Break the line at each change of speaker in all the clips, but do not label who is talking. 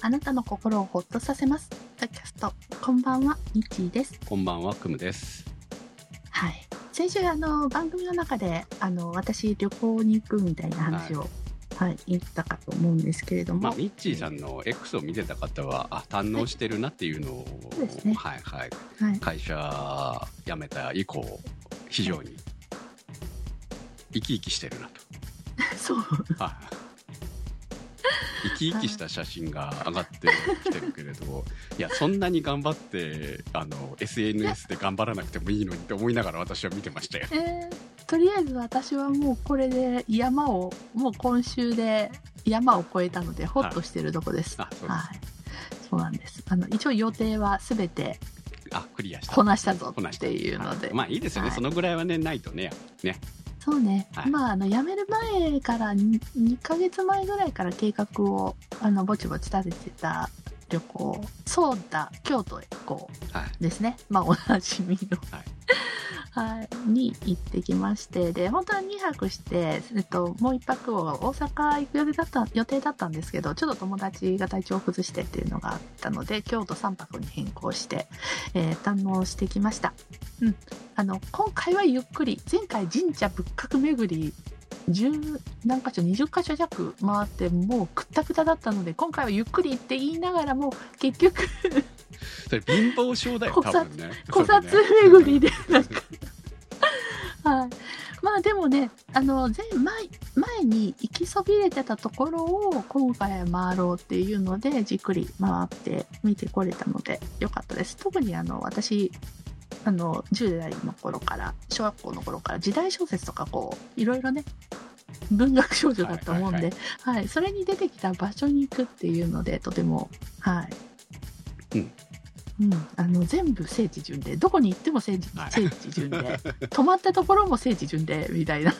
あなたの心をほっとさせます。ポッドキャスト、こんばんは、ミッチーです。
こんばんは、くむです。
はい。先週、あの、番組の中で、あの、私、旅行に行くみたいな話を、はい、言ったかと思うんですけれども、
まあ、ミッチーさんの X を見てた方は、あ、堪能してるなっていうのを、
そうですね
はい、はい。
はい。
会社辞めた以降、非常に生き生きしてるなと。
そう。
はい生き生きした写真が上がってきてるけれど、いや、そんなに頑張って、あの、SNS で頑張らなくてもいいのにって思いながら私は見てましたよ。
えーとりあえず私はもうこれで山を、もう今週で山を越えたので、ほっとしてるとこです。
あ、そうで
はい。そうなんです。あの、一応予定はすべて
す。あ、クリアした。
こなしたぞ
こな
っ
した
ていうので。
はいまあいいですよね、
はい
そのぐらいはね、ないとね、ね。
そうね。
はい
まあ、あの、辞める前からに2ヶ月前ぐらいから計画を、あの、ぼちぼち立ててた旅行、そうだ、京都へ行こう
はい。
ですね。まあ、おなじみの。はい。に行ってきまして、で、本当は2泊して、えっと、もう1泊を大阪行く予定だった、予定だったんですけど、ちょっと友達が体調を崩してっていうのがあったので、京都3泊に変更して、えー堪能してきました。うん。あの、今回はゆっくり、前回神社仏閣巡り、10何箇所20箇所弱回ってもうくったくただったので今回はゆっくり行って言いながらも結局
それ貧乏症だよ
古
多
刹
分ね
古刹
そうだね
巡りでなんかはいまあでもねあの前前前に行きそびれてたところを今回回ろうっていうのでじっくり回って見てこれたので良かったです特にあの私あの10代の頃から小学校の頃から時代小説とかこういろいろね文学少女だったもんで、
はい
は
はい
それに出てきた場所に行くっていうのでとてもはい、
うん
うんあの全部聖地巡礼どこに行っても聖地,、
はい
聖地巡礼泊まったところも聖地巡礼みたいな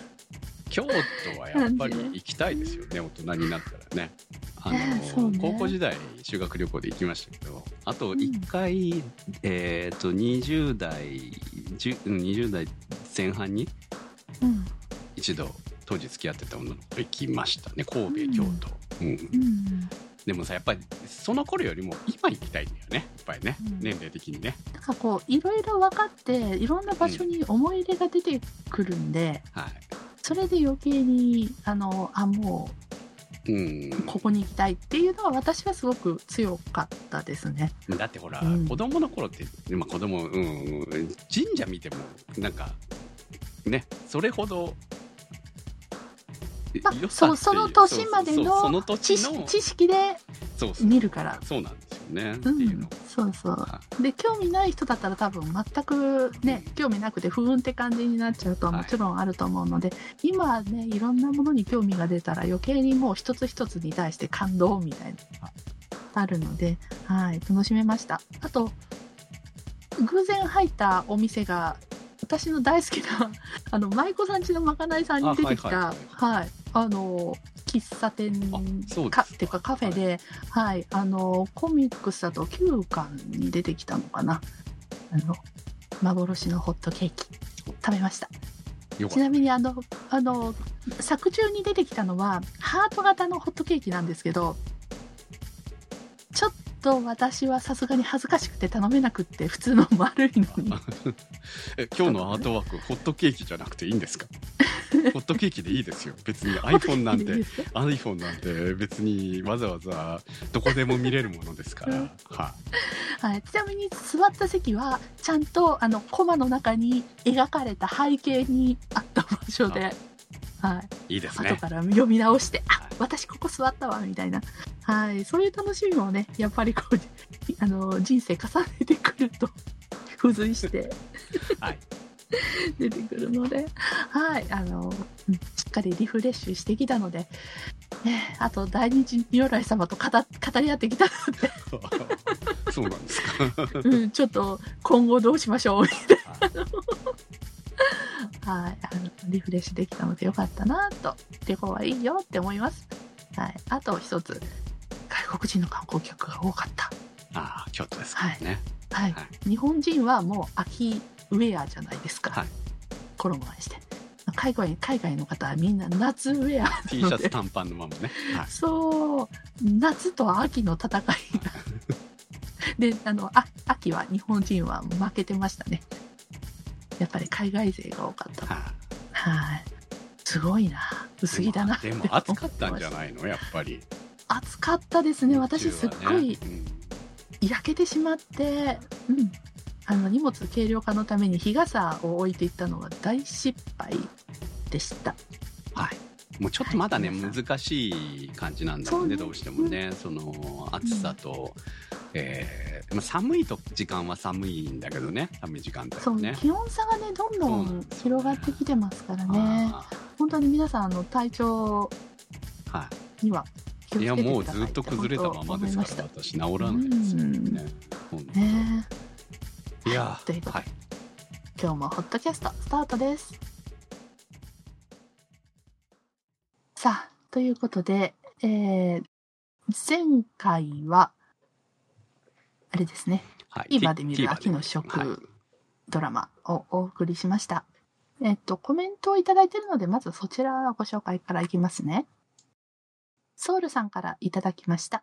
京都はやっぱり行きたいですよね大人になったらねあの、
そうね
高校時代修学旅行で行きましたけどあと1回、えっ、と20代10うん20代前半に
うん
一度当時付き合ってた女の子と行きましたね神戸京都、うん
うん
でもさやっぱりその頃よりも今行きたいんだよねやっぱりね、
うん
年齢的にね
なんかこういろいろ分かっていろんな場所に思い入れが出てくるんで、
は
それで余計にあのあもう
い、うん、
ここに行きたいっていうのは私はすごく強かったですね。
だってほら、
うん
子供の頃って、まあ、子供、うん、神社見てもなんかねそれほど、
まあ
良
そう
さってい
その年までの
そうそうその年
知
の
識知識で
そうそう
見るから。
そうなんですよね、
う
っていうの
ん、そうそう
は
で興味ない人だったら多分全くね興味なくて不運って感じになっちゃうとは
はい
もちろんあると思うので、今ねいろんなものに興味が出たら余計にもう一つ一つに対して感動みたいなのがあるので、はい、楽しめましたあと偶然入ったお店が私の大好きなあの舞妓さん家のまかないさんに出てきた
あは
はいいあの喫茶店
あそうです
かっていうかカフェで、はいあのコミックスだと9巻に出てきたのかなあの幻のホットケーキ食べました
よか
ち
っ
なみにあのあの作中に出てきたのはハート型のホットケーキなんですけどちょっと私はさすがに恥ずかしくて頼めなくって普通の丸いのに
たえ今日のアートワークホットケーキじゃなくていいんですかホットケーキでいいですよ別に iPhone なんて iPhone なんて別にわざわざどこでも見れるものですから、
う
は
ん
い
はい、ちなみに座った席はちゃんとあのコマの中に描かれた背景にあった場所で、はい、
いいですね
後から読み直して、
は
あ私ここ座ったわみたいな、はい、そういう楽しみもねやっぱりこう あの人生重ねてくると 付随して、
はい
出てくるので、はい、あのうんしっかりリフレッシュしてきたので、ね、あと大日如来様と語語り合ってきたので。
そうなんですか。
うん、ちょっと今後どうしましょうみたいな。はい、あのリフレッシュできたのでよかったなと、旅行はいいよって思います。はい、あと一つ、外国人の観光客が多かった。
ああ、京都ですからね。
はい、
は
日本人はもう秋ウェアじゃないですか。
はい
衣替えして。海外海外の方はみんな夏ウェア
T シャツ短パンのままね、はい、
そう夏と秋の戦いだ であのあ秋は日本人は負けてましたねやっぱり海外勢が多かった
は
はいすごいな薄着だな
でも暑かったんじゃ
い
ないのやっぱり
暑かったですね私
日中
すっ
はね
ごい
うん
焼けてしまって、うん、あの荷物軽量化のために日傘を置いていったのは大失敗でした
はいもうちょっとまだね、
はい皆さ
難しい感じなんだよ
そう
ね
ね
どうしてもねその暑さと、えーまあ、寒いと時間は寒いんだけどね寒い時間帯
そ
は
う、
ね。
気温差がねどんど
そうなん
ん
ですよ
広がってきてますからね
あ
本当に皆さんあの体調
ーは
には気をつけて
い、い
いただい
や
て
もうずっと崩れたままですか
本当
ら
思い
私治らないですよね。本当
ましたね
いや
ということ
ー
で
はい
今日もホットキャストスタートですさあということで、えー前回はあれですね
はい
TVer で見る
TVer
秋の食
はい
ドラマをお送りしました。えっと、コメントをいただいているので、まずそちらをご紹介からいきますね。ソウルさんからいただきました。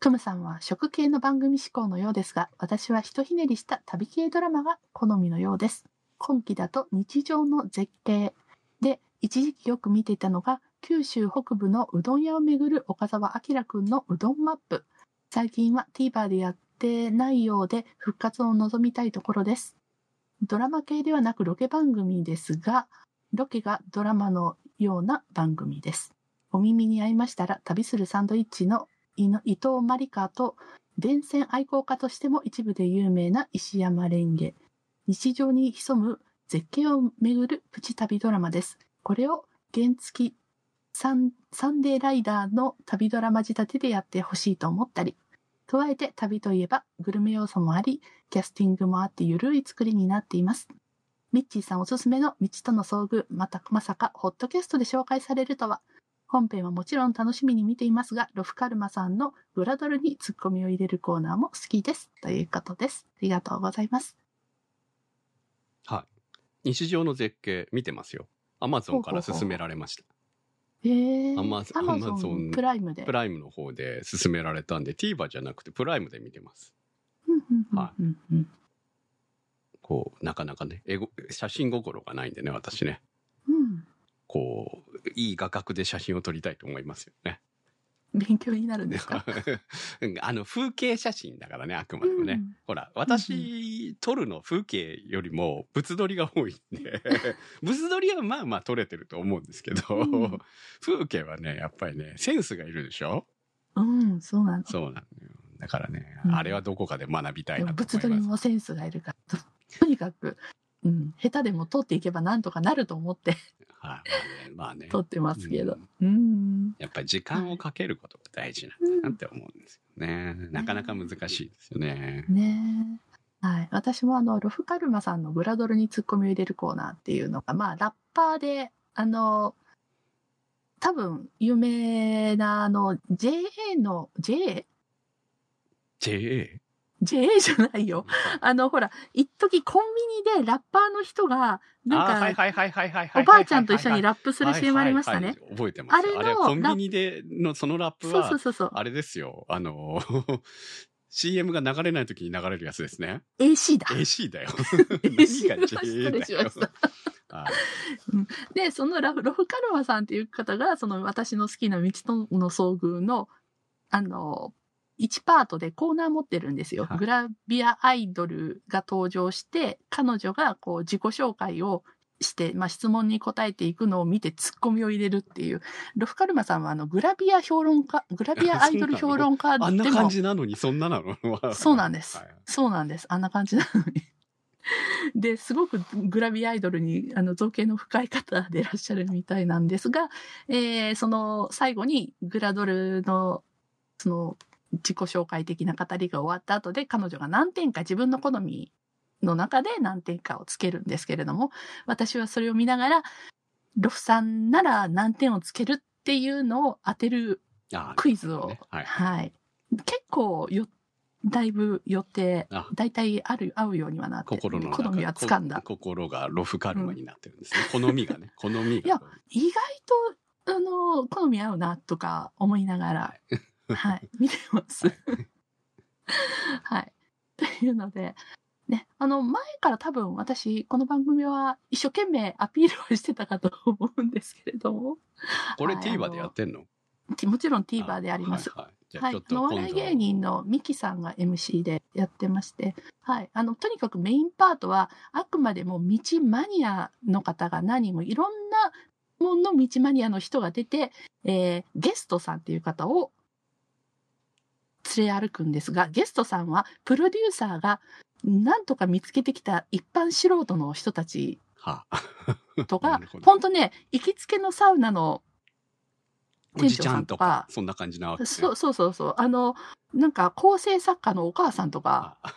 クムさんは食系の番組志向のようですが、私はひとひねりした旅系ドラマが好みのようです。今期だと日常の絶景で、一時期よく見ていたのが、九州北部のうどん屋を巡る岡澤明くんのうどんマップ。最近は TVer でやってないようで復活を望みたいところです。ドラマ系ではなくロケ番組ですが、ロケがドラマのような番組です。お耳に合いましたら、旅するサンドイッチの伊野伊藤マリカと、電線愛好家としても一部で有名な石山レンゲ。日常に潜む絶景を巡るプチ旅ドラマです。これを原付きサンサンデーライダーの旅ドラマ仕立てでやってほしいと思ったり、加えて旅といえばグルメ要素もあり、キャスティングもあってゆるい作りになっています。ミッチーさんおすすめの道との遭遇、またまさかホットキャストで紹介されるとは。本編はもちろん楽しみに見ていますが、ロフカルマさんのグラドルにツッコミを入れるコーナーも好きです。ということです。ありがとうございます。
日常の絶景見てますよ。アマゾンから勧められました。
えー、
アマ
Amazon
Amazon
プライムで。
プライムの方で勧められたんで TVer じゃなくてプライムで見てます。
うんうんうん
は
うんうん
こうなかなかね英語写真心がないんでね私ね
うん
こういい画角で写真を撮りたいと思いますよ ね。
勉強になるんです か
うんあの風景写真だからねあくまでもね。
うん
ほら私撮るの風景よりも物撮りが多いん で物撮りはまあまあ撮れてると思うんですけど、
うん
風景はねやっぱりねセンスがいるでしょ
うん、そうなの。
そうなのよ。だからね、
うん
あれはどこかで学びたい
でも
なと
物撮
思
り
います。
もセンスがいるからととにかく、うん、下手でも撮っていけばなんとかなると思って
はい、まあね、ま
撮
あね。
ってますけど
うん
うん
やっぱり時間をかけることが大事なんだなって思うんですよね。なかなか難しいですよね。
ねえはい、私もあのロフカルマさんの「グラドルにツッコミを入れるコーナー」っていうのがまあラッパーであの多分有名なあの JA の JA?JA
JA?
じゃないよあのほら一時コンビニでラッパーの人がなんか、
あーはいはいはいはいはいはい。
おばあちゃんと一緒に
ラッ
ラップする CM ありましたね。。
覚えてます。あ
あれ
れ
の
はコンビニでのそのラップ
そう
は
そう、そうそう。
あれですよ。あの、CM が流れない時に流れるやつですね。
AC だ。
AC AC だよ。
AC
何が JA
失礼しました
はい
で、そのラフロフカルマさんっていう方が、その私の好きな道との遭遇の、あの、1パートでコーナー持ってるんですよ。
はい
グラビアアイドルが登場して、彼女がこう自己紹介をして、まあ、質問に答えていくのを見てツッコミを入れるっていう。ロフカルマさんはあのグラビア評論家、グラビアアイドル評論家でも、
あんな感じなのにそんななの
そうなんです
はい
そうなんです。あんな感じなのに。 で、すごくグラビアアイドルにあの造形の深い方でいらっしゃるみたいなんですが、えーその最後にグラドルのその自己紹介的な語りが終わった後で彼女が何点か自分の好みの中で何点かをつけるんですけれども、私はそれを見ながら、ロフさんなら何点をつけるっていうのを当てる
あー
クイズを、
ねはい
はい。結構よ、だいぶ予定
あ
大体ある合うようにはなって
心の中
好みはつかんだ
こ心がロフカルマになってるんですね、好みがね好みが
いや意外とあの好み合うなとか思いながら、はい、見てます。はい、というので、ね、あの前から多分私この番組は一生懸命アピールをしてたかと思うんですけれども
これ
はい
TVer でやってんの
もちろん TVer であります。
はいはいじゃ
は
あちょ
い
っ、
あ
と
のお
今
笑い芸
度
人のミキさんが MC でやってまして、はい、あのとにかくメインパートはあくまでも道マニアの方が何人もいろんなもの道マニアの人が出て、えーゲストさんっていう方を連れ歩くんですがゲストさんはプロデューサーがなんとか見つけてきた一般素人の人たち
は
と
な
か
るほど
本当ね行きつけのサウナの
おじちゃんと
店長さんとか
かそんな感じなわけ、ね、
そうそうそうそうあのなんか構成作家のお母さんとか。
あ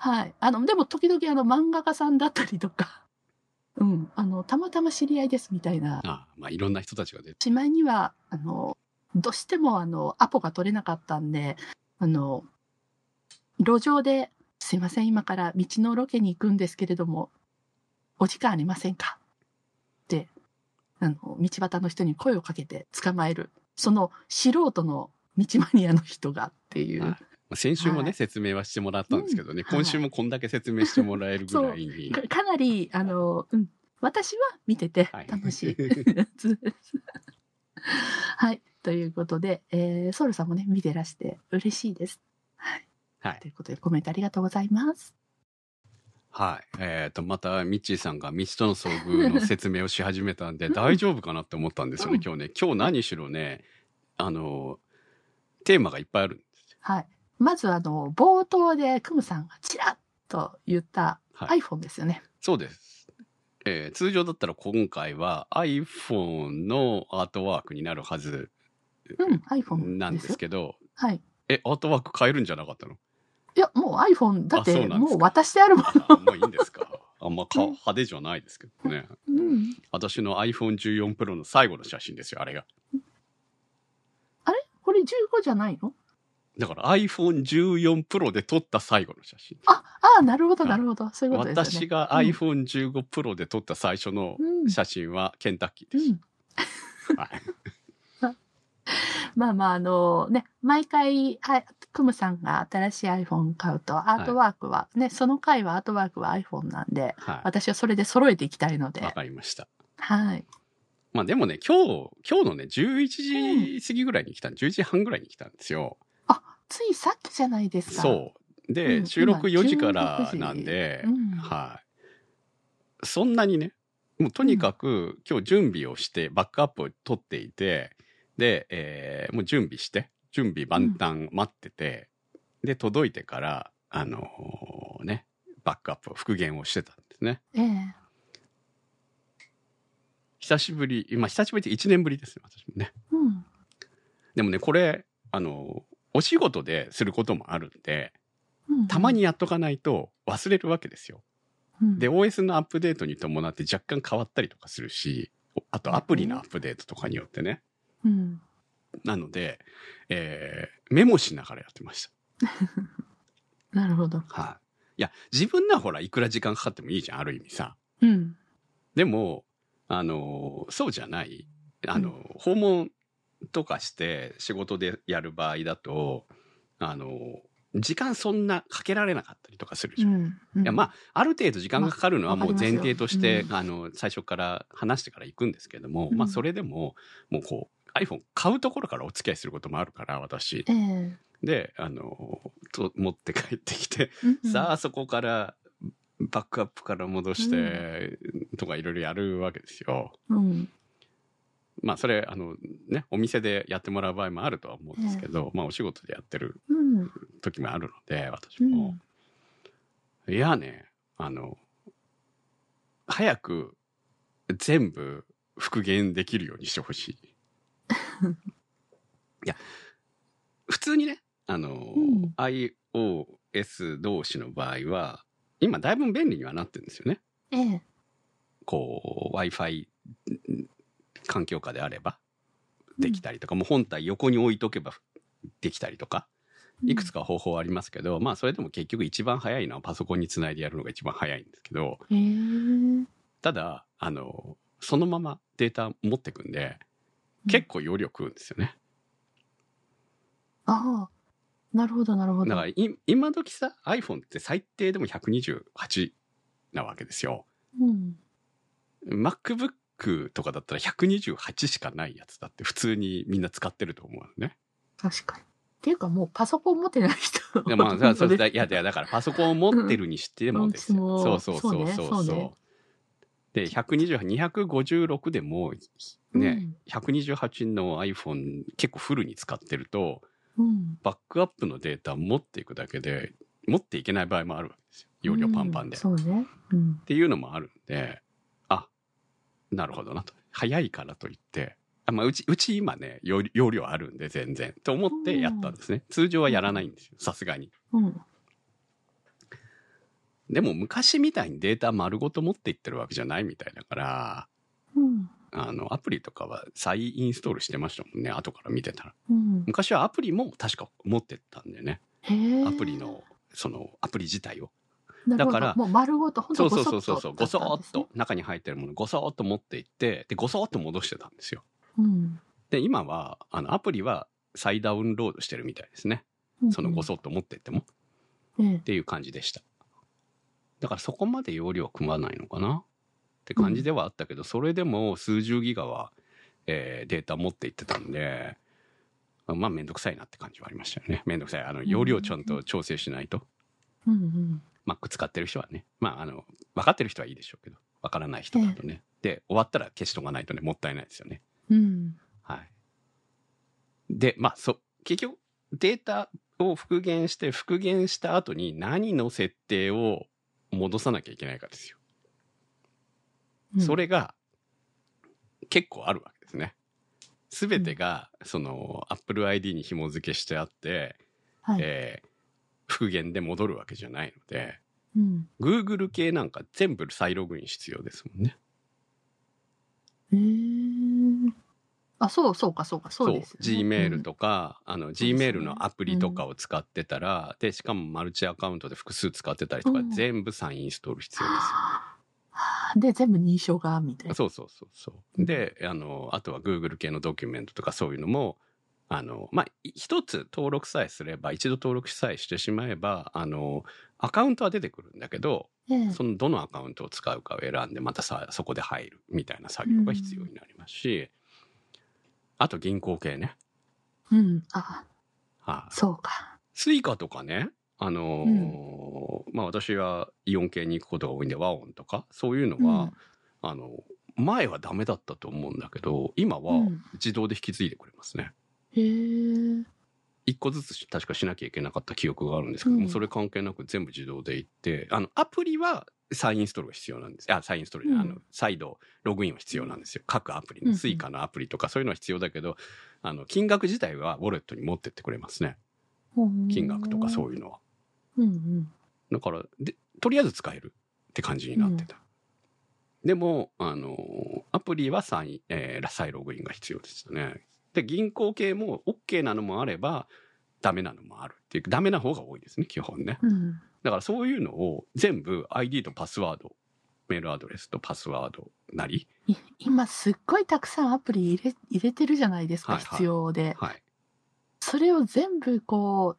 はい。あの、でも時々あの漫画家さんだったりとか、 うん、あの、たまたま知り合いですみたいな。
あまあいろんな人たちが出て
しまいには、あの、どうしてもあの、アポが取れなかったんで、あの、路上で、すいません、今から道のロケに行くんですけれども、お時間ありませんかって、あの、道端の人に声をかけて捕まえる、その素人の道マニアの人がっていう。
はいまあ先週もね、
はい
説明はしてもらったんですけど
う
ね、
ん
今週もこんだけ説明してもらえるぐらいに
かかなりあの、うん、私は見てて
はい
楽 しいやつです。はい、ということで、えーソウルさんもね見てらして嬉しいです。はい、
はい
ということでコメントありがとうございます。
はいえっ、とまたミッチーさんが道との遭遇の説明をし始めたんで大丈夫かなって思ったんですよ
う
ね、
ん
今日ね今日何しろねあのテーマがいっぱいある
はい、まずあの冒頭でクムさんがちらっと言った
はい
iPhone ですよね。
そうです、えー通常だったら今回は iPhone のアートワークになるはず
うん、
な
iPhone
ん
で
ですす
よ。
けど
はい。
えアートワーク変えるんじゃなかったの
いやもう iPhone だっ
あそう
て
なんです
も
か
う渡してあるもん。
あもういいんです かあんまか派手じゃないですけどね
うん、
私の iPhone14 Pro の最後の写真ですよあれが
これ15じゃないの？
だから iPhone14 Pro で撮った最後の写真
あ、あーなるほどなるほどそういうことですよ
私
ね。
が
うん
iPhone15 Pro で撮った最初の
うん
写真はケンタッキー
う
です、
ん
はい
まあまああのね毎回あクムさんが新しい iPhone 買うとアートワークは、ねその回はアートワークは iPhone なんで
は
私はそれで揃えていきたいの
い
で
わかりました
はい
まあでもね今日今日のね11時過ぎぐらいに来た、11時半ぐらいに来たんですよ
ついさっきじゃないですか
そうで、
うん
収録
今
4時からなんで、
うん
はいそんなにねもうとにかく今日準備をしてバックアップを取っていてで、えーもう準備して準備万端待ってて、で届いてからあのーねバックアップを復元をしてたんですね
ええ
久しぶり今久しぶりって1年ぶりですよ私もね
うん
でもねこれあのーお仕事ですることもあるんで
うん
たまにやっとかないと忘れるわけですよ
うん
で OS のアップデートに伴って若干変わったりとかするしあとアプリのアップデートとかによってね
うん
なので、えーメモしながらやってまし
なるほど
たはい、いや自分ならほらいくら時間かかってもいいじゃんある意味さ
うん
でもあのーそうじゃないあのー訪問とかして仕事でやる場合だとあのー時間そんなかけられなかったりとかするじゃん
うんうん
いやまあある程度時間がかかるのは
まあ
もう
わかり
前
ますよ
提として、
うん
あの最初から話してから行くんですけども、
うん
まあそれでももうこう iPhone 買うところからお付き合いすることもあるから私
ええ
であのと持って帰ってきて、
うんうん
さあそこからバックアップから戻して、とかいろいろやるわけですよ。
うん
まあそれあのねお店でやってもらう場合もあるとは思うんですけど、まあお仕事でやってる
うん
時もあるので私
う
も。
ん
いやね、あの、早く全部復元できるようにしてほしい。 いや、普通にね、あの、
うん
iOS 同士の場合は、今だいぶ便利にはなってるんですよね。
ええ
こう、Wi-Fi 環境下であればできたりとか、もう本体横に置いとけばできたりとか、いくつか方法ありますけど、まあそれでも結局一番早いのはパソコンにつないでやるのが一番早いんですけど
へー
ただあのそのままデータ持ってくんで
うん
結構容量食うんですよね。
ああなるほどなるほ
だ
ど
からい今時さ iPhone って最低でも128なわけですよ。
うん、
MacBook とかだったら128しかないやつだって普通にみんな使ってると思うのね。
確かにっていうかもうパソコン持ってない人
い やまあ、そ
本
う
当
いや
で
いやだからパソコンを持ってるにしてもですよ、
うん
そうそうそうそう
そうね
そう
そうね
で120256でも
す
ね、128の iPhone 結構フルに使ってると
うん、うん
バックアップのデータ持っていくだけで持っていけない場合もあるわけですよ容量パンパンで、
うんそうねうん
っていうのもあるんで、あ、なるほどなと。早いからといって、あまあ、うち、うち今ね、容容量あるんで全然、と思ってやったんですね。通常はやらないんですよ、さすがに。
うん
でも昔みたいにデータ丸ごと持っていってるわけじゃないみたいだから、
うん
あの、アプリとかは再インストールしてましたもんね、後から見てたら。
うん
昔はアプリも確か持ってったんだよね。
へー
アプリの、その、アプリ自体を。
なるほど
だから
もう丸ごと本
そ
当
う
ご
そ
そうっと
そうそうそう、ごそ
だたんで
ーっ
すね
と、中に入ってるものごそーっと持っていって、で、ごそーっと戻してたんですよ。
うん
で今はあのアプリは再ダウンロードしてるみたいですね
うん
そのごそっと持ってってもっ
うんええ
ていう感じでしただからそこまで容量組まないのかなって感じではあったけど、それでも数十ギガは、えーデータ持っていってたんでまあめんどくさいなって感じはありましたよねめんどくさいあの容量ちゃんと調整しないと、
うんうん、
Mac 使ってる人はねまああの分かってる人はいいでしょうけど分からない人だとね、で終わったら消しとかないとねもったいないですよね
うん
はい。で、まあ、そ、結局、データを復元して、復元した後に何の設定を戻さなきゃいけないかですよ。
うん、
それが、結構あるわけですね。すべてが、その、Apple ID に紐付けしてあって、
はい、
えー復元で戻るわけじゃないので、
うん、
Google 系なんか全部再ログイン必要ですもんね。
えー、あそうそうかそうかそうですよね、
Gmail とか、あの
すね
Gmail のアプリとかを使ってたら、でしかもマルチアカウントで複数使ってたりとか、
うん
全部サインインストール必
うん
要ですよ。
はあで全部認証がみたいな
そうそうそうそう。で、あの、あとは Google 系のドキュメントとかそういうのも、あの、まあ、い一つ登録さえすれば、一度登録さえしてしまえば、あの、アカウントは出てくるんだけど、
ええ
そのどのアカウントを使うかを選んでまたさそこで入るみたいな作業が必要になりますし、あと銀行系ね、
うんあ
はい、
そうか
スイカとかね、あのーまあ私はイオン系に行くことが多いんで、和音とか、そういうのは、あの、前はダメだったと思うんだけど、今
うんう
は
ん、
自動で引き継いでくれますね。
へえ
一個ずつし確かしなきゃいけなかった記憶があるんですけども、
うん
それ関係なく全部自動で行って、あの、アプリは再インストールが必要なんです。あ、再インストールじゃない、
うん
あの、再度ログインは必要なんですよ。各アプリ
うん
の、
うん
スイカのアプリとかそういうのは必要だけど、あの、金額自体はウォレットに持ってってくれますね。金額とかそうういうのは。
うんうん
だからでとりあえず使えるって感じになってた、でもあのーアプリは再,、えー再ログインが必要でしたねで銀行系も OK なのもあればダメなのもあるっていうダメな方が多いですね基本ね
うん
だからそういうのを全部 ID とパスワードメールアドレスとパスワードなり、
い今すっごいたくさんアプリ入れ入れてるじゃないですか、
はいはい
必要で
はい、
それを全部こう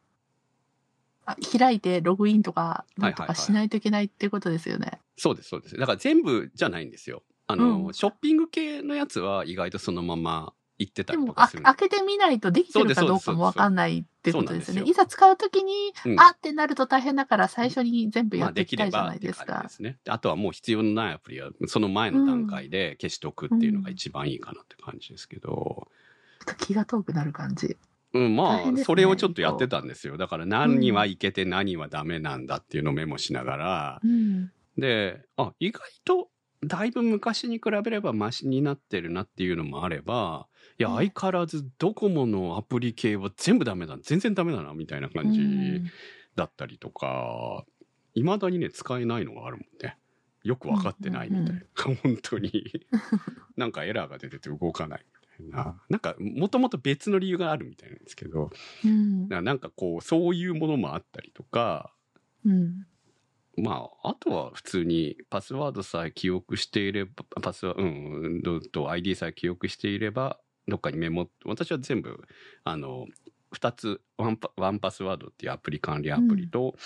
あ開いてログインとかなんと
はいはいは
か
い
しないといけないっていうことですよね。
そうですそうですだから全部じゃないんですよあのー、
うん
ショッピング系のやつは意外とそのまま行ってた
で
り
も
とか
あ
するん
開けてみないとできてるか
そう
ど
で
う
す
かもわかんないってことですよね。
そうなんですよ
いざ使うときに、
うん
あってなると大変だから最初に全部や
まあ、
ってい
で
き
き
た
れ
いじゃ
ば
な
っ
い
て
で
いう
すか
感じで。すね。であとはもう必要のないアプリはその前の段階で消しておくっていうのが一番いいかなって感じですけ
ち
ど、
ょっと気が遠くなる感じ。
うんま
大変です
あ
ね
それをちょっとやってたんですよだから何はいけて何はダメなんだっていうのをメモしながら、
うん。
であ意外とだいぶ昔に比べればマシになってるなっていうのもあればいや
うん
相変わらずドコモのアプリ系は全部ダメだ全然ダメだなみたいな感じ。
うん
だったりとか、いまだにね、使えないのがあるもんね。よく分かってないみたいな。本当に。なんかエラーが出てて動かないみたいななんかもともと別の理由があるみたいなんですけど
うん
ななんかこうそういうものもあったりとか
うん
まあ、あとは普通にパスワードさえ記憶していれば、パスワード、うん、どと ID さえ記憶していれば、どっかにメモ、私は全部、あの、二つ、ワンパ、ワンパスワードっていうアプリ管理アプリと、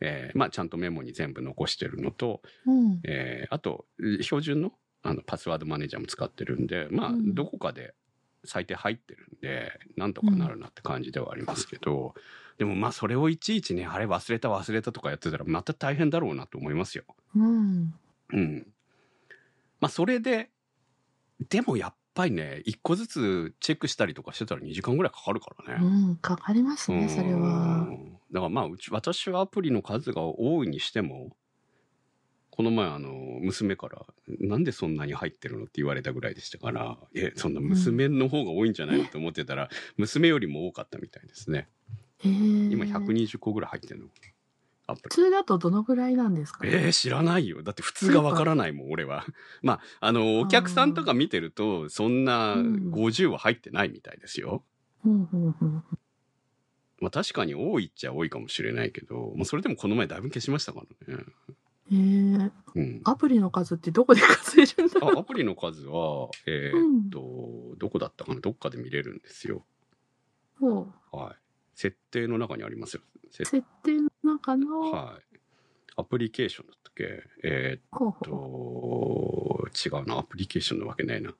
えーまあ、ちゃんとメモに全部残してるのと、
うん
えーあと、標準の、あの、パスワードマネージャーも使ってるんで、まあ
う、ん
どこかで最低入ってるんで、なんとかなるなって感じではありますけど、でもまあ、それをいちいちね、あれ忘れた忘れたとかやってたら、また大変だろうなと思いますよ。
うん
うん。まあ、それで、でもやっぱりね、一個ずつチェックしたりとかしてたら2時間ぐらいかかるからね。
うんかかりますねそれは
うん。だからまあ、うち、私はアプリの数が多いにしても、この前あの、娘から、なんでそんなに入ってるのって言われたぐらいでしたから、え、そんな娘の方が多いんじゃないのと思ってたら、娘よりも多かったみたいですね。今
今
120個ぐらい入ってるの。アプ
普
リ。
通だとどのぐらいなんですか
えー、知らないよ。だって普通がわからないもん、俺は。まあ、あの、お客さんとか見てると、そんな
うん
50は入ってないみたいですよ。
うんうんうん
まあ確かに多いっちゃ多いかもしれないけど、まあそれでもこの前だいぶ消しましたからね。
えー
うん。
アプリの数ってどこで数えるんだろ
あアプリの数は、えーっと、どこだったかなどっかで見れるんですよ。
うも
はい。設定の中にありますよ。
う
設
設定の中の、
はい。アプリケーションだったっけえーっ
候補
と、違うな。アプリケーションなわけないな。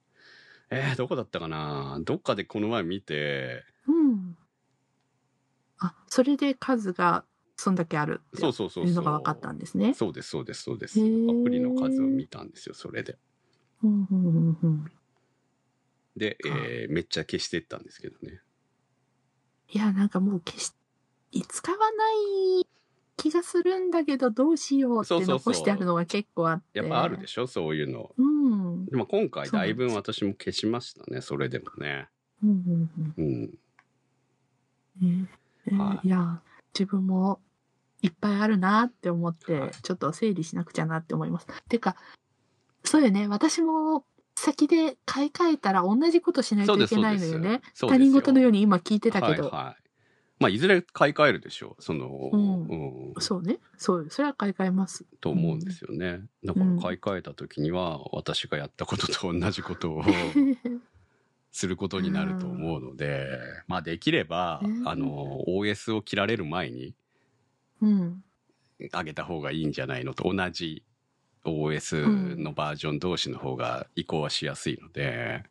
えー、どこだったかなどっかでこの前見て、
うんあそれで数がそんだけあるって
そうそうそう
いうの
そう。
が分かったんですね。
そうです、そうです、そうです。ア
へー
プリの数を見たんですよ、それで。
うんうんうんうん
で、えーめっちゃ消してったんですけどね。
いやなんかもう消し使わない気がするんだけどどうしようっ
そう
て
そうそ
残
う
してあるのが結構あって。
やっぱあるで
し
しょ、そういうの。
ょ。うん。うん
でも今回だいぶ
そうなん
私も消しましたね、それでもね。
うん
うん。
うん。えー
はい
いや自分もいっぱいあるなって思って、
はい
ちょっと整理しなくちゃなって思います。てかそうよね私も先で買い替えたら同じことしない
そ
と
う
い
です、
け
そう
ない
で
の
す
よね。。
そう
他
です
人事のよ
う
うに今聞いてたけど、
はい、はい。まあ、いずれ買い替えるでしょう、その、
う
う
んん、そうねそうよそれは買い替えます。
と思うんですよね。だから買い替えた時には、私がやったことと同じこと をすることになると思うので、まあ、できれば、
うん
あの、OS を切られる前に
うん
上げた方がいいんじゃないのと同じ OS のバージョン同士の方が移行はしやすいので、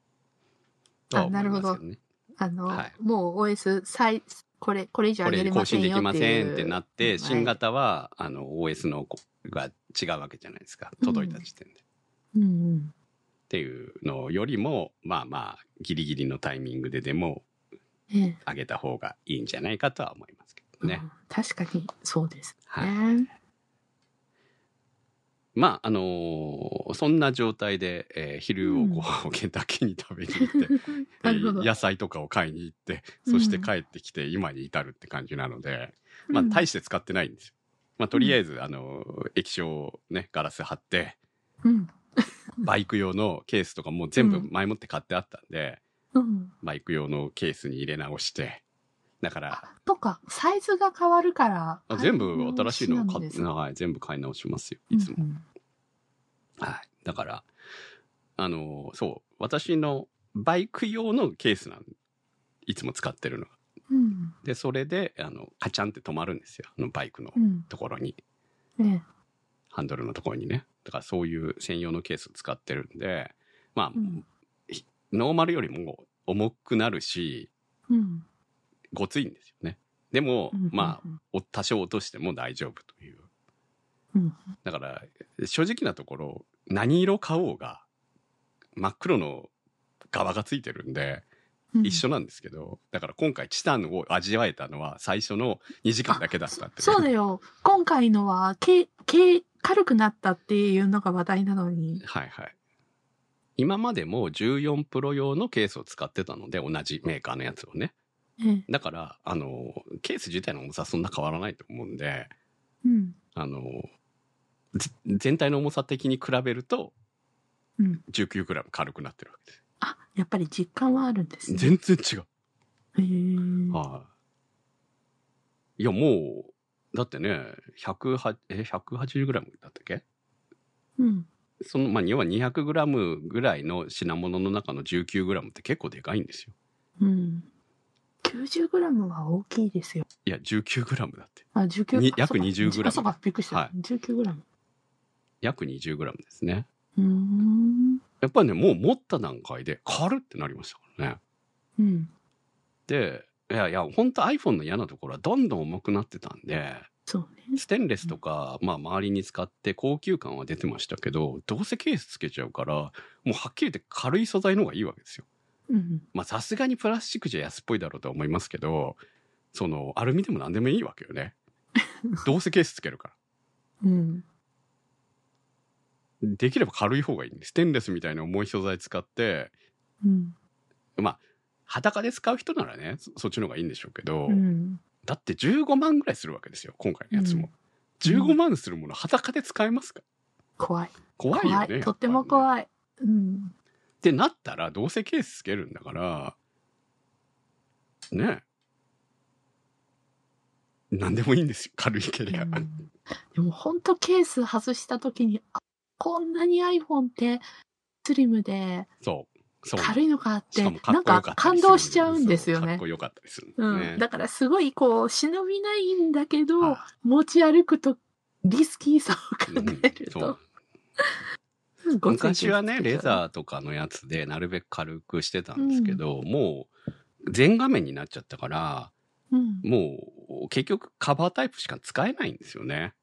うんあなるほど
とは思いますよね
あの、
はい
もう OS 最これこれ以上
こ
上げ
れ
れ
更
ませ
新
ん
で
よ
きま
って
せ
い
ん
う
ってなっ
は
て、
い
新型は、あの、OS のこが違うわけじゃないですか。届いた時点で。っ
うんうん
ていうのよりも、まあまあ、ギリギリのタイミングででも
ええ
上げた方がいいんじゃないかとは思いますけどね
う。ん確かにそうですね。
はい。 まあ、あのーそんな状態で、えー昼をご飯をケンタッキーに食べに行って、
なるほど
野菜とかを買いに行って
うん
そして帰ってきて今に至るって感じなので、まあ
うん
大して使ってないんですよ。まあ、とりあえず、あの液晶をねガラス貼って
うん
バイク用のケースとかもう全部
うん
前もって買ってあったんで、
うん
バイク用のケースに入れ直してだから
あとかサイズが変わるから
あ全部新しいのを買
買っ
っ、
てな
はい、全部買い直しますよいつも。
うん
はい。だから、あの、そう、私のバイク用のケースなんいつも使ってるのが。
うん
で、それで、あの、カチャンって止まるんですよ。あの、バイクの
うん
ところに、
うんえ
ハンドルのところにね。だからそういう専用のケースを使ってるんで、まあ、
えうん
ノーマルよりも重くなるし、
うん
ごついんですよね。でも、
うん
まあ、お多少落としても大丈夫という。
うん
だから、正直なところ、何色買おうが、真っ黒の側がついてるんで、
うん
一緒なんですけど、だから今回チタンを味わえたのは最初の2時間だけだったっていう。
そうだよ今回のはけけ軽くなったっていうのが話題なのに
はいはい。今までも14プロ用のケースを使ってたので、同じメーカーのやつをね。
ええ
だから、あの、ケース自体の重さそんな変わらないと思うんで、
うん
あの、ぜ全体の重さ的に比べると
うん
19g 軽くなってるわけです。
あやっぱり実感はあるんですね。
全然違う。
へー
はい。いや、もう、だってね、108え、180グラムだったっけ
うん。
その、まあ、要は200グラムぐらいの品物の中の19グラムって結構でかいんですよ。
うん。90g は大きいですよ。
いや、19グラムだって。
あ、19
に
あ
約
そうか
20g
あそうか、びっくりした。
はい
19g。
約20グラムですね。
うーん。
やっぱりね、もう持った段階で、軽ってなりましたからね。
うん。
で、いやいや、本当 iPhone の嫌なところはどんどん重くなってたんで、
そうね。
ステンレスとか、まあ周りに使って高級感は出てましたけど、どうせケースつけちゃうから、もうはっきり言って軽い素材の方がいいわけですよ。
うん。
まあさすがにプラスチックじゃ安っぽいだろうとは思いますけど、その、アルミでも何でもいいわけよね。どうせケースつけるから。
うん。
できれば軽い方がいい。ステンレスみたいな重い素材使って、
うん。
まあ、裸で使う人ならね、そそっちの方がいいんでしょうけど、
うん。
だって15万ぐらいするわけですよ、今回のやつ
う
も。
ん
15万するもの裸で使えますか
怖い。
怖いよね。やっぱりね
とっても怖い。うん。
ってなったらどうせケースつけるんだからねえ何でもいいんですよ軽いけりゃ、
うんでも本当ケース外した時に、あこんなに iPhone ってスリムで
そうそう
軽いのかって、
し
な
か
ん
もかっこよか
か
った
感
りする
動しちゃうんですよ
そうか
ね
っ。こよかったりするんです
う
ね、
ん、だからすごいこう忍びないんだけど、
は
持ち歩くとリスキーさを考える
そう
と、うんごつい
昔はねレ
ー
ザーとかのやつでなるべく軽くしてたんですけど、もう全画面になっちゃったから
うん
もう結局カバータイプしか使えないんですよね。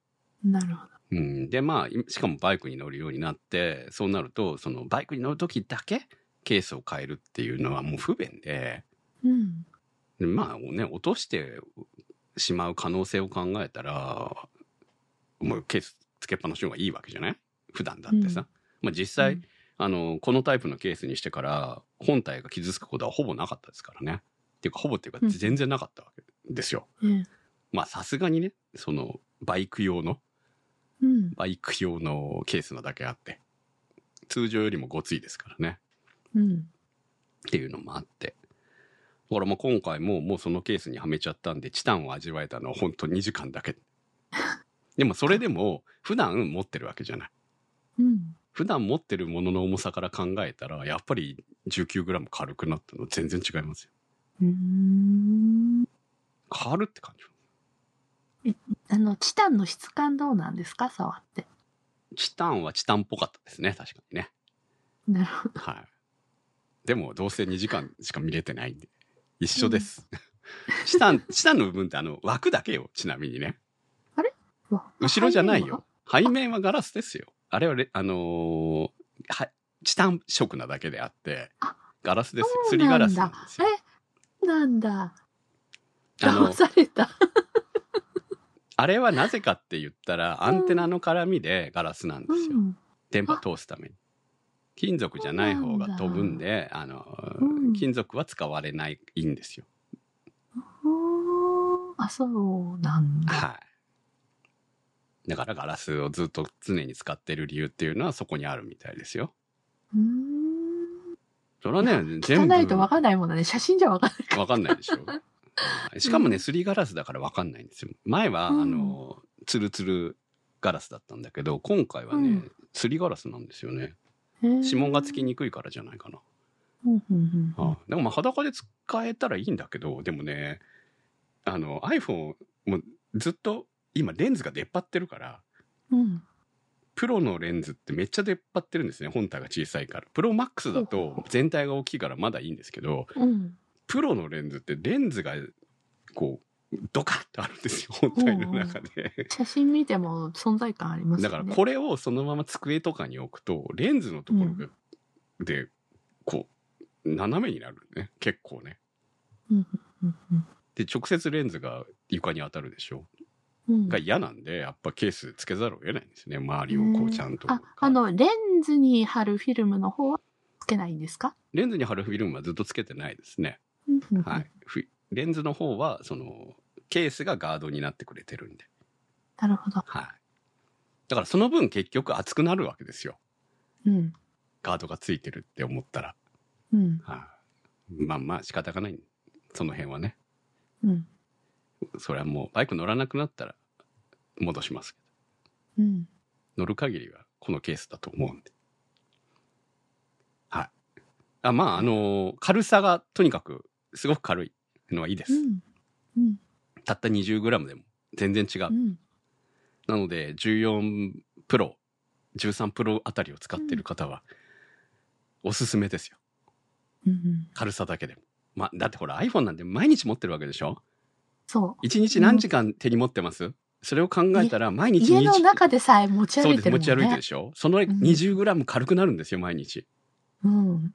なるほど
うん、でまあいしかもバイクに乗るようになってそうなるとそのバイクに乗る時だけケースを変えるっていうのはもう不便で
うん
でまあね落としてしまう可能性を考えたらもうケースつけっぱなしの方がいいわけじゃない普段だって
う
さ、
ん
まあ、実際、
うん
あのこのタイプのケースにしてから本体が傷つくことはほぼなかったですからねっていうかほぼっていうか
うん
全然なかったわけですよ、
え
まあさすがにねそのバイク用の
えうん
バイク用のケースなだけあって通常よりもごついですからね
うん
っていうのもあってだからまあ今回ももうそのケースにはめちゃったんでチタンを味わえたのは本当2時間だけでもそれでも普段持ってるわけじゃない
うん
普段持ってるものの重さから考えたらやっぱり 19g 軽くなったの全然違いますよ
うーん
軽って感じ
あのチタンの質感どうなんですか触って
チタンはチタンっぽかったですね確かにね
なるほど
はい。でも、どうせ2時間しか見れてないんで、一緒です。チタン、チタンの部分ってあの、枠だけよ、ちなみにね。
うわ
後ろじゃないよ。背面はガラスですよ。あれはレ、あのーは、チタン色なだけであって
あ、
ガラスですよ。
そ
す
う
りガ
な
ラ
ん
スなん
だ
です
え
よ。
なんだ
あ
騙
の、
された
あれはなぜかって言ったら、アンテナの絡みでガラスなんで
う
すよ。
ん
電波通すために。金属じゃない方が飛ぶんで、あのー
うん
金属は使われないいいんですよ。
うーんあそうなんだ
はい。だからガラスをずっと常に使ってる理由っていうのはそこにあるみたいですよ。
うーん
それはね、
聞か
全部
ないとわ
わ
かんないものね写真じゃわかんない
かんないでし ょ。はいしかもね、すりガラスだからわかんないんですよ。前は、
うん
あの、ツルツルガラスだったんだけど、今回は
う
ね
ん、
すりガラスなんですよね。
へー
指紋がつきにくいからじゃないかな。
うんうんうん
はい。でもまあ裸で使えたらいいんだけど、でもね、あの、iPhone もずっと今レンズが出っ張ってるから、
うん
プロのレンズってめっちゃ出っ張ってるんですね本体が小さいからプロマックスだと全体が大きいからまだいいんですけど
うん
プロのレンズってレンズがこうドカッとあるんですよ本体の中で
写真見ても存在感ありますよ
だ
ね。
からこれをそのまま机とかに置くとレンズのところがでこう斜めになるね結構ね
うんうんうん
で直接レンズが床に当たるでしょ
うん
が嫌なんでやっぱケースつけざるを得ないんですね周りをこうちゃんと
ああのレンズに貼るフィルムの方はつけないんですか？
レンズに貼るフィルムはずっとつけてないですね
うんうんうん
はい、ふレンズの方はそのケースがガードになってくれてるんで、
なるほど。
はい、だからその分結局厚くなるわけですよ
うん
ガードがついてるって思ったら
うん。
はい、まあまあ仕方がない。その辺はね。
うん。
それはもうバイク乗らなくなったら戻しますけ
うん。
ど。乗る限りはこのケースだと思うんで。はい。あ、まああの軽さがとにかくすごく軽いのはいいで
う
す。
ん。うん。
たった 20g でも全然違う。
うん。
なので14プロ、13プロあたりを使ってる方はおすすめですよ。
うん。
軽さだけでも。まあ、だってほら iPhone なんて毎日持ってるわけでしょ
そう。
一日何時間手に持ってます、それを考えたら毎日
家の
20
中でさえ持ち
そう
歩い
で
て
す
るも
持
んね。
ち歩いてるでしょその
ん
20g 軽くなるんですよ毎日、
うん。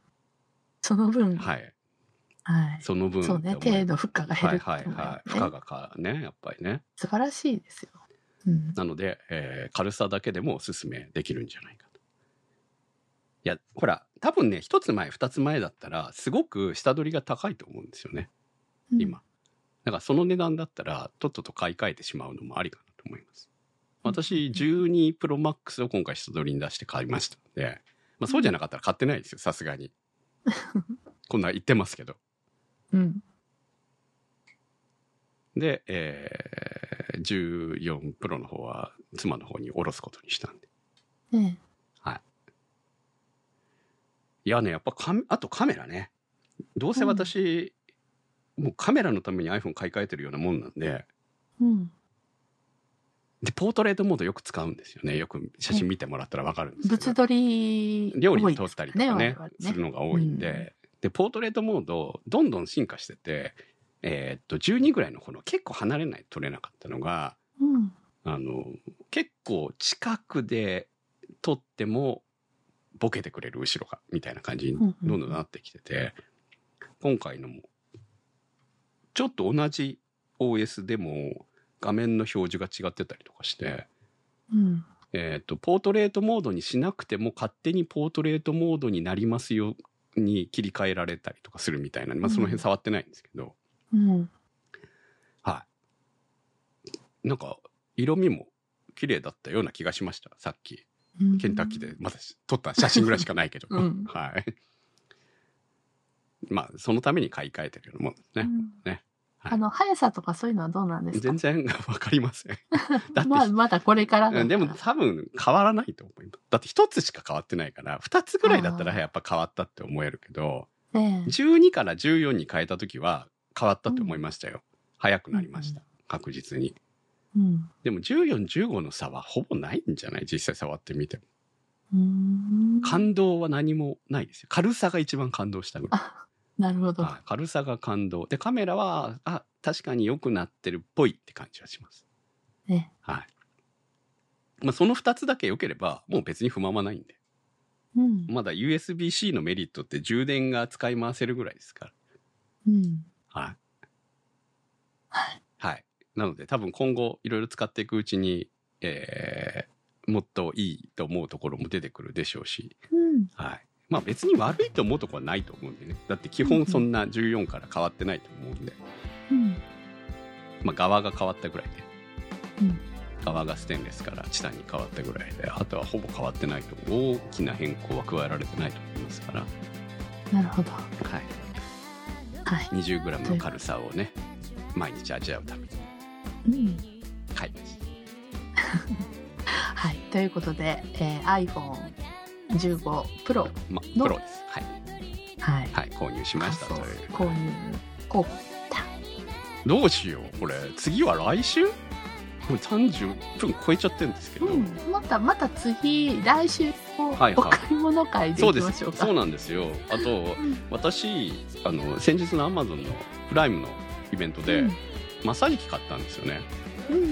その分、はい。
はいその分
そうね、手の負荷が減る
は
っ
い
て
はいいう
のがね
はい負荷がかねやっぱりね
素晴らしいですよ。うん。
なので、えー軽さだけでもおすすめできるんじゃないかといやほら多分ね一つ前二つ前だったらすごく下取りが高いと思うんですよね今、だからその値段だったらとっとと買い替えてしまうのもありかなと思います私12プロマックスを今回下取りに出して買いましたので、まあ、そうじゃなかったら買ってないですよさす がにこんなん言ってますけど
うん。
で、えー、14プロの方は妻の方に下ろすことにしたんで
うん。ね
いやねやっぱカメあとカメラねどうせ私、もうカメラのために iPhone 買い替えてるようなもんなんで
うん。
でポートレートモードよく使うんですよねよく写真見てもらったらわかるんですけど
物撮り、
料理に通ったりと
多
かね
いですから
す
ね
るのが多いんで、
うん
でポートレートモードどんどん進化してて、えーっと12ぐらいの頃結構離れないと撮れなかったのが
うん。
あの結構近くで撮ってもボケてくれる後ろがみたいな感じに
うんうん
どんどんなってきてて、今回のもちょっと同じ OS でも画面の表示が違ってたりとかして。
うん。
えー、とポートレートモードにしなくても勝手にポートレートモードになりますように切り替えられたりとかするみたいな、まあ、そ
う
の
ん
辺触ってないんですけど、
うん。
はいなんか色味も綺麗だったような気がしましたさっき
うん
ケンタッキーで。まだ撮った写真ぐらいしかないけど、
うん
はいまあそのために買い替えてるようなもんです
う
ね、
ん
ねはい
あの、速さとかそういうのはどうなんですか
全然わかり ませんだって、
まあ、まだこれからだから
うんでも多分変わらないと思います。だって一つしか変わってないから、二つぐらいだったら
あ
やっぱ変わったって思えるけど、
ねえ
12から14に変えた時は変わったって思いましたよ。早くなりました。
う
確実に。
うん。
でも14、15の差はほぼないんじゃない実際触ってみても。
うーん。
感動は何もないですよ。軽さが一番感動したぐらい。
あ、なるほど。
はい軽さが感動。で、カメラは、あ、確かに良くなってるっぽいって感じはします。
ね。
はい。まあ、その2つだけ良ければ、もう別に不満はないんで。
うん。
まだ USB-C のメリットって充電が使い回せるぐらいですから。
うん。
はい。
はい。
はい。なので多分今後いろいろ使っていくうちに、えー、もっといいと思うところも出てくるでしょうし、
うん。
はい。まあ別に悪いと思うところはないと思うんでね。だって基本そんな14から変わってないと思うんで、
うん。
まあ側が変わったぐらいで。
うん
側がステンレスからチタンに変わったぐらいで、あとはほぼ変わってないと大きな変更は加えられてないと思いますから、
なるほど。
はい。
はい。
20g の軽さをね毎日味わうために
うん。
買いました
はい。ということで、えー、iPhone15 Pro。
ま
の
プロですはい、
はい。
はい、購入しましたと
感想
いう
購入。こ
どうしようこれ次は来週これ30分超えちゃってるんですけ
う。
ど、
うん。また、また次、来週お、
はいはい
お買い物会で
そ
いうき
で
ますしょうか。
そうなんですよあと
うん
私あの先日の Amazon のプライムのイベントで、マッサージ機買ったんですよね
うんうんう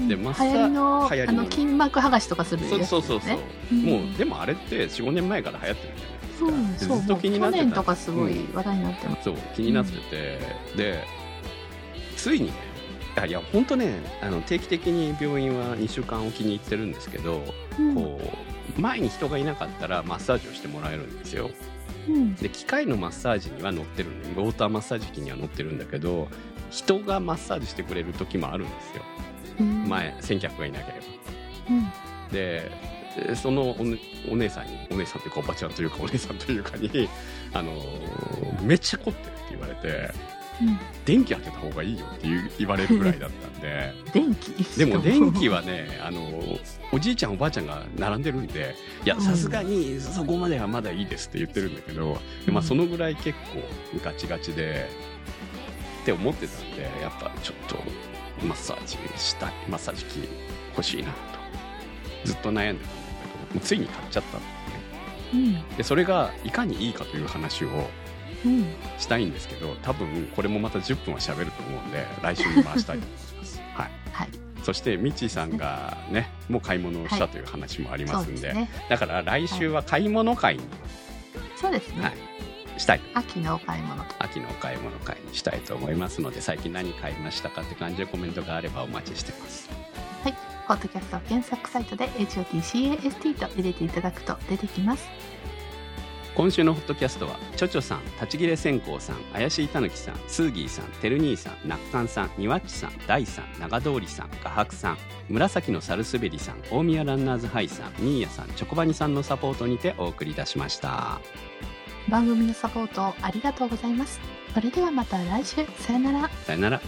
ん、
で
流
マッサ
行りの
流行り
あ
の
の筋膜剥がしとかするやつ
そう
です
そうそうそう、
ねうん
もうでもあれって45年前から流行ってるじゃないで
そ
すか、で
うそう
ずっと気になって
去
た
年とかすごい話題になってます、
そう気になってて、でついにねあいや本当ねあの定期的に病院は2週間おきに行ってるんですけど、
うん
こう前に人がいなかったらマッサージをしてもらえるんですよ
うん
で機械のマッサージには乗ってるんでウォーターマッサージ機には乗ってるんだけど人がマッサージしてくれる時もあるんですよ
うん
前先客がいなければ
うん
ででそのお,、ね、お姉さんにお姉さんというかおばちゃんというかお姉さんというかに「あのめっちゃ凝ってる」って言われて
うん、
「電気当てた方がいいよ」って言う言われるぐらいだったんで
電気
でも電気
は
はねあのおじいちゃんおばあちゃんが並んでるんで「いやさすがにそこまではまだいいです」って言ってるんだけど、でまあ、そのぐらい結構ガチガチでって思ってたんでやっぱちょっとマッサージしたいマッサージ機欲しいなとずっと悩んでたんだけどもうついに買っちゃったんですね。
うん
でそれがいかにいいかという話を
うん
したいんですけど多分これもまた10分は喋ると思うんで来週に回したいと思い ます。はい、
はい
そしてミッチーさんがねもう買い物をしたという話もあり
そ
ま
う
すん
で
で,、
すね
だから来週は買い物会に、
そうですね、
はいしたい
秋のお買い物と
秋のお買い物会にしたいと思いますので最近何買いましたかって感じでコメントがあればお待ちしてます。
ポッドキャスト検索サイトで HOTCAST と入れていただくと出てきます
今週のホットキャストはチョチョさん立ち切れ線香さん怪しいたぬきさんスーギーさんてる兄さんなっかんさんにわっちさん大さん長通りさん画伯さん紫のサルスベリさん大宮ランナーズハイさんミーヤさんチョコバニさんのサポートにてお送りいたしました
番組のサポートをありがとうございますそれではまた来週さよなら
さよなら